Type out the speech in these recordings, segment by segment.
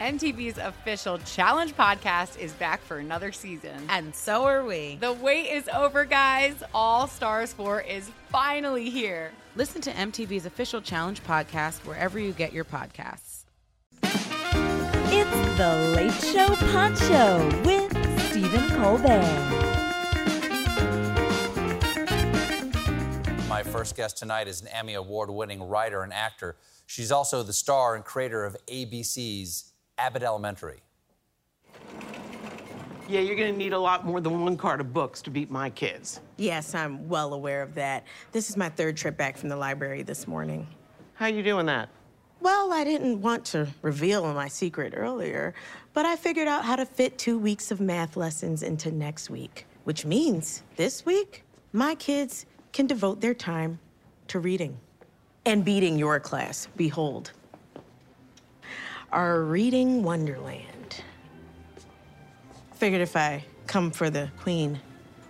MTV's official challenge podcast is back for another season. And so are we. The wait is over, guys. All Stars 4 is finally here. Listen to MTV's official challenge podcast wherever you get your podcasts. It's the Late Show Pod Show with Stephen Colbert. My first guest tonight is an Emmy Award winning writer and actor. She's also the star and creator of ABC's Abbott Elementary. Yeah, you're gonna need a lot more than one cart of books to beat my kids. Yes, I'm well aware of that. This is my third trip back from the library this morning. How you doing that? Well, I didn't want to reveal my secret earlier, but I figured out how to fit two weeks of math lessons into next week, which means this week, my kids can devote their time to reading and beating your class. Behold, our reading wonderland. Figured if I come for the queen,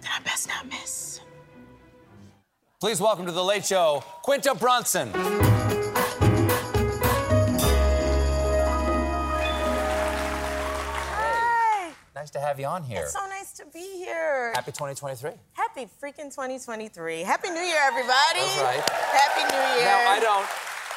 then I best not miss. Please welcome to The Late Show, Quinta Brunson. Hi! Nice to have you on here. It's so nice to be here. Happy 2023. Happy freaking 2023. Happy New Year, everybody. That's right. Happy New Year. Now, I don't.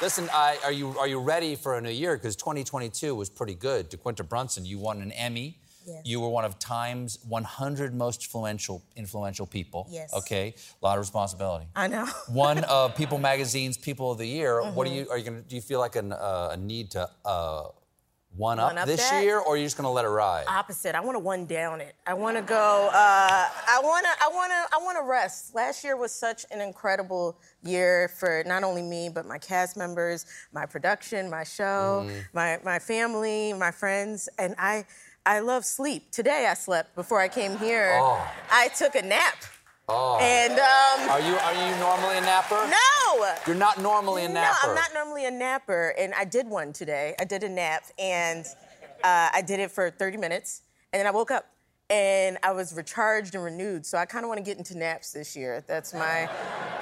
Listen, I, are you are you ready for a new year? Because 2022 was pretty good. To Quinta Brunson, you won an Emmy. Yes. You were one of Time's 100 most influential influential people. Yes. Okay, a lot of responsibility. I know. one of People Magazine's People of the Year. What Mm-hmm. do you are you gonna? Do you feel like an, uh, a need to uh, one up One-up this that? year, or are you just gonna let it ride? Opposite. I want to one down it. I want to go. Uh, I want to. I want to. I want to rest. Last year was such an incredible year for not only me but my cast members, my production, my show, Mm-hmm. my my family, my friends, and I. I love sleep. Today I slept before I came here. Oh. I took a nap. And um, Are you are you normally a napper? no. You're not normally a napper. No, I'm not normally a napper, and I did one today. I did a nap, and uh, I did it for 30 minutes, and then I woke up, and I was recharged and renewed. So I kind of want to get into naps this year. That's my,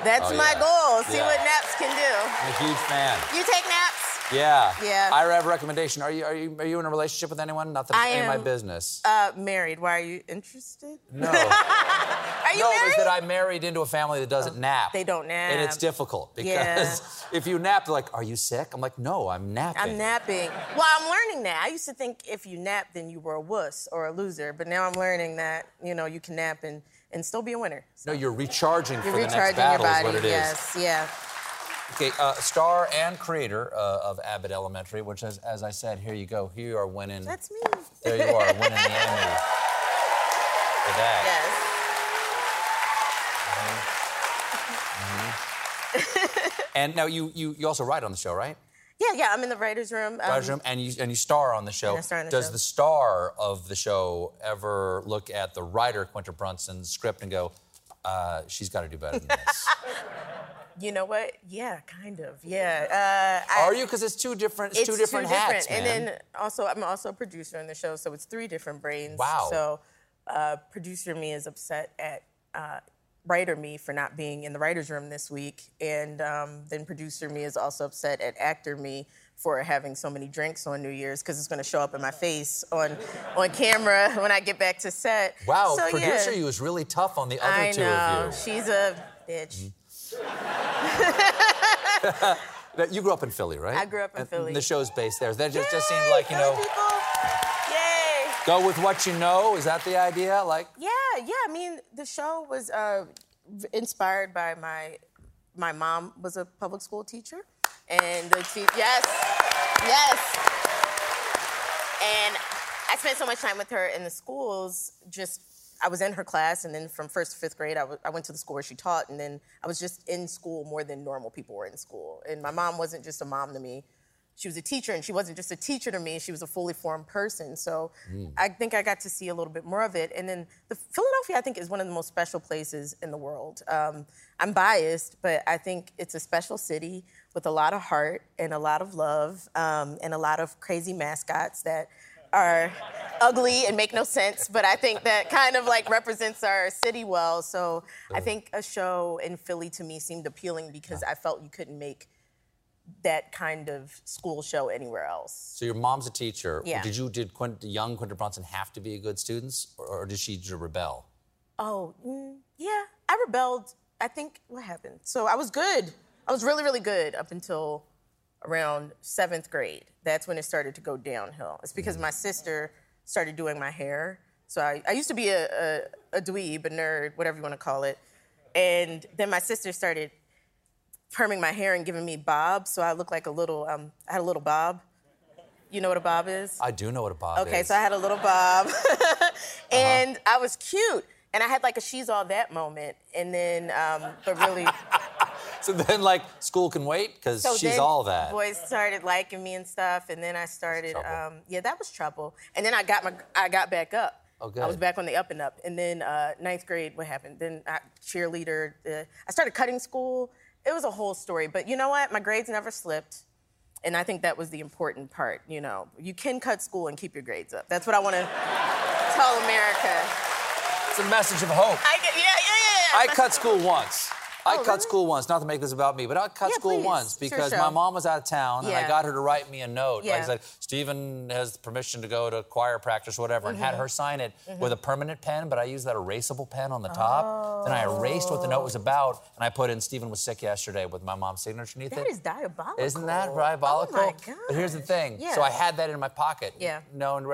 that's Oh, my yeah. goal. See Yeah. what naps can do. I'm a huge fan. You take naps? Yeah. Yeah. I have a recommendation. Are you are you are you in a relationship with anyone? Not that it's I any of my am- business. Uh, married. Why are you interested? no. no, Are you it married? Oh, was that I'm married into a family that doesn't nap. They don't nap. And it's difficult because Yeah. if you nap, they're like, "Are you sick?" I'm like, "No, I'm napping." I'm napping. Well, I'm learning that. I used to think if you nap, then you were a wuss or a loser, but now I'm learning that you know you can nap and and still be a winner. No, you're recharging You're for the next recharging your battle. body. Is what it is. yes, yeah. Okay, uh, star and creator uh, of Abbott Elementary, which, as, as I said, here you go. Here you are winning. That's me. There you are winning the Emmy for that. Yes. And now you, you you also write on the show, right? Yeah, yeah. I'm in the writers' room. um, Writers' room, and you and you star on the show. And I star on the Does show. the star of the show ever look at the writer Quinta Brunson's script and go, uh, "She's got to do better than this"? You know what? Yeah, kind of. Yeah. Uh, I, Are you? Because it's two different. It's, two different hats, different. man. And then also, I'm also a producer in the show, so it's three different brains. Wow. So, uh, producer me is upset at uh, writer me for not being in the writers' room this week, and um, then producer me is also upset at actor me for having so many drinks on New Year's because it's going to show up in my face on on camera when I get back to set. wow, So, yeah. producer, you is really tough on the other I two know. of you. Mm-hmm. She's a bitch. Now, You grew up in Philly, right? I grew up in And Philly. The show's based there. That just, just seemed Yay, like you go know, people. Yay. go with what you know. Is that the idea? Like, Yeah, yeah. I mean, the show was uh, v- inspired by my my mom was a public school teacher, and the te- yes, yes. And I spent so much time with her in the schools. Just I was in her class, and then from first to fifth grade, I wa- I went to the school where she taught, and then I was just in school more than normal people were in school. And my mom wasn't just a mom to me. she was a teacher and she wasn't just a teacher to me, she was a fully formed person. So I think I got to see a little bit more of it. And then the Philadelphia, I think, is one of the most special places in the world. Um, I'm biased, but I think it's a special city with a lot of heart and a lot of love um, and a lot of crazy mascots that are ugly and make no sense, but I think that kind of like represents our city well. So I think a show in Philly to me seemed appealing because I felt you couldn't make that kind of school show anywhere else. So your mom's a teacher. Yeah. Did you did Quint, young Quinta Brunson have to be a good student, or, or did she j- rebel? Oh, mm, yeah, I rebelled. I think what happened? So I was good. I was really, really good up until around seventh grade. That's when it started to go downhill. It's because my sister started doing my hair. So I, I used to be a, a, a dweeb, a nerd, whatever you want to call it. And then my sister started perming my hair and giving me bob, so I looked like a little, um, I had a little bob. You know what a bob is? I do know what a bob is. Okay, so I had a little bob, and I was cute, and I had like a she's all that moment, and then um, but really, So then, like, school can wait because so she's then all that. Boys started liking me and stuff, and then I started, trouble. um, yeah, that was trouble, and then I got my, I got back up. Oh, I was good. back on the up and up, and then uh, ninth grade, what happened? Then I, cheerleader, uh, I started cutting school. It was a whole story, but you know what? My grades never slipped. And I think that was the important part, you know. You can cut school and keep your grades up. That's what I want to tell America. It's a message of hope. I get, yeah, yeah, yeah, I yeah. cut school once. I Oh, cut really? school once, not to make this about me, but I cut Yeah, school please. once It's your because show. my mom was out of town and I Yeah. got her to write me a note. Like I Yeah. said, Stephen has permission to go to choir practice or whatever, and Mm-hmm. had her sign it with a permanent pen, but I used that erasable pen on the top. Then I erased what the note Oh. was about and I put in Stephen was sick yesterday with my mom's signature underneath That it. is diabolical. Isn't that diabolical? Oh my god. But here's the thing. Yeah. So I had that in my pocket. Yeah. No, and,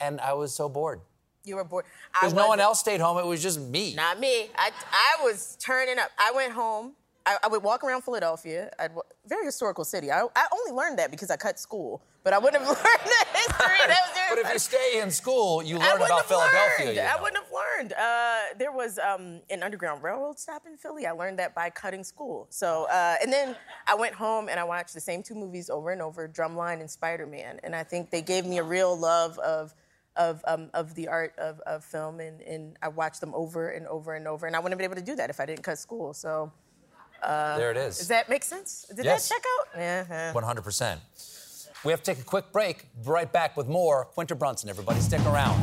and I was so bored. You were bored. Because no one else stayed home. It was just me. Not me. I, I was turning up. I went home. I, I would walk around Philadelphia. I'd, wa- very historical city. I, I only learned that because I cut school, but I wouldn't have learned the history. That was But if you stay in school, you learn wouldn't about have Philadelphia. learned. you I know. wouldn't have learned. Uh, there was um, an underground railroad stop in Philly. I learned that by cutting school. So, uh, and then I went home and I watched the same two movies over and over, Drumline and Spider Man. And I think they gave me a real love of. Of, um, of the art of, of film, and, and I watched them over and over and over, and I wouldn't have been able to do that if I didn't cut school. So, There it is. does that make sense? Did Yes. that check out? Uh-huh. Yeah. yeah. 100%. We have to take a quick break. Be Right back with more Quinta Brunson. Everybody, stick around.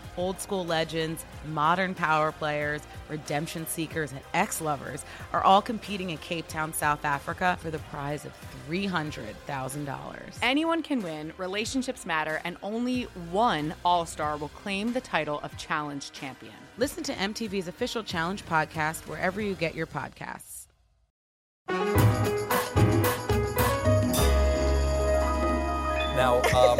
Old school legends, modern power players, redemption seekers, and ex lovers are all competing in Cape Town, South Africa for the prize of $300,000. Anyone can win, relationships matter, and only one All Star will claim the title of challenge champion. Listen to MTV's official challenge podcast wherever you get your podcasts. Now, um,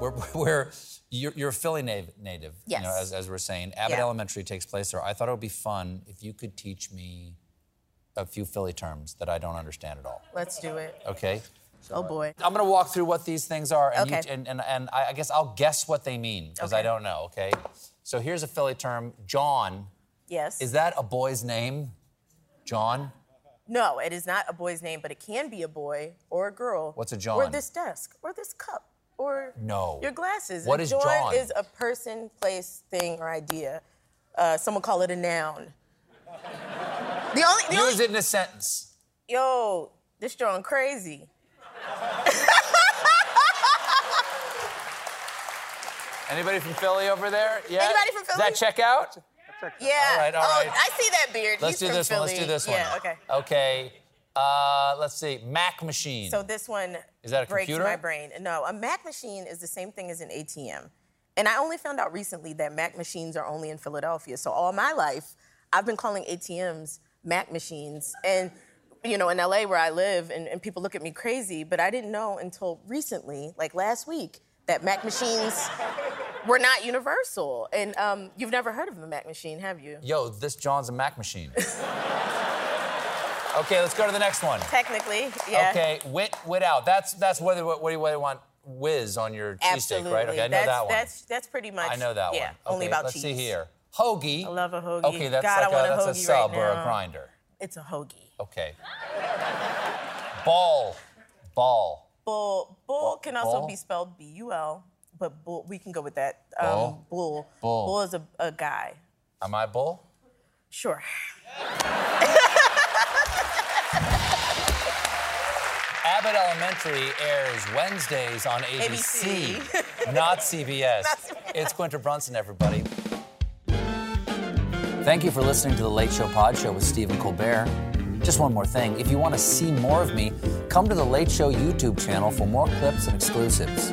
we're, we're you're, you're a Philly native, native you know, Yes. as, as we're saying. Abbott Yeah. Elementary takes place there. I thought it would be fun if you could teach me a few Philly terms that I don't understand at all. Let's do it. Okay? Oh boy. I'm gonna walk through what these things are, and, Okay. you, and, and, and I I guess I'll guess what they mean because I don't know. Okay, so here's a Philly term: John. Yes. Is that a boy's name? John. No, it is not a boy's name, but it can be a boy or a girl. What's a Or John? this desk, or this cup, or No. your glasses. What a is John? John? Is a person, place, thing, or idea. Uh, someone call it a noun. the only, the Use only it in a sentence. yo, this John crazy. Anybody from Philly over there? Yeah. Anybody from Does Philly? that check out? Yeah. All right, all oh, right. I see that beard. Let's do He's from this one. Let's do Philly. this Yeah. one. Okay. Okay. Uh, let's see, Mac machine. So this one Is that a breaks computer? my brain. No, a Mac machine is the same thing as an ATM. And I only found out recently that Mac machines are only in Philadelphia. So all my life, I've been calling ATMs Mac machines. And you know, in LA where I live, and, and people look at me crazy, but I didn't know until recently, like last week, that Mac machines were not universal. And um, you've never heard of a Mac machine, have you? Yo, this John's a Mac machine. okay, let's go to the next one. Technically, yeah. Okay, wit wit out. That's that's whether what, what do you what do you want whiz on your cheesesteak, right? Okay, I know that's, that one. That's that's pretty much. I know that yeah, one. only Okay, about let's cheese. see here. Hoagie. I love a hoagie. Okay, that's God, I like want a, a that's a hoagie sub right or a now. grinder. It's a hoagie. Okay. Ball. Ball. Bull. Bull can also bull? be spelled B-U-L, but bull. We can go with that. Um, Bull? Bull. Bull. Bull is a, a guy. Am I bull? Sure. Abbott Elementary airs Wednesdays on ABC, not CBS. it's Quinter Brunson, everybody. Thank you for listening to the Late Show Pod Show with Stephen Colbert. Just one more thing if you want to see more of me, come to the Late Show YouTube channel for more clips and exclusives.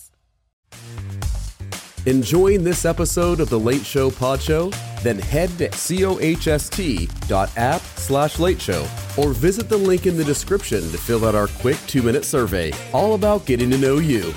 Enjoying this episode of the Late Show Pod Show? Then head to cohst.app slash late show or visit the link in the description to fill out our quick two minute survey all about getting to know you.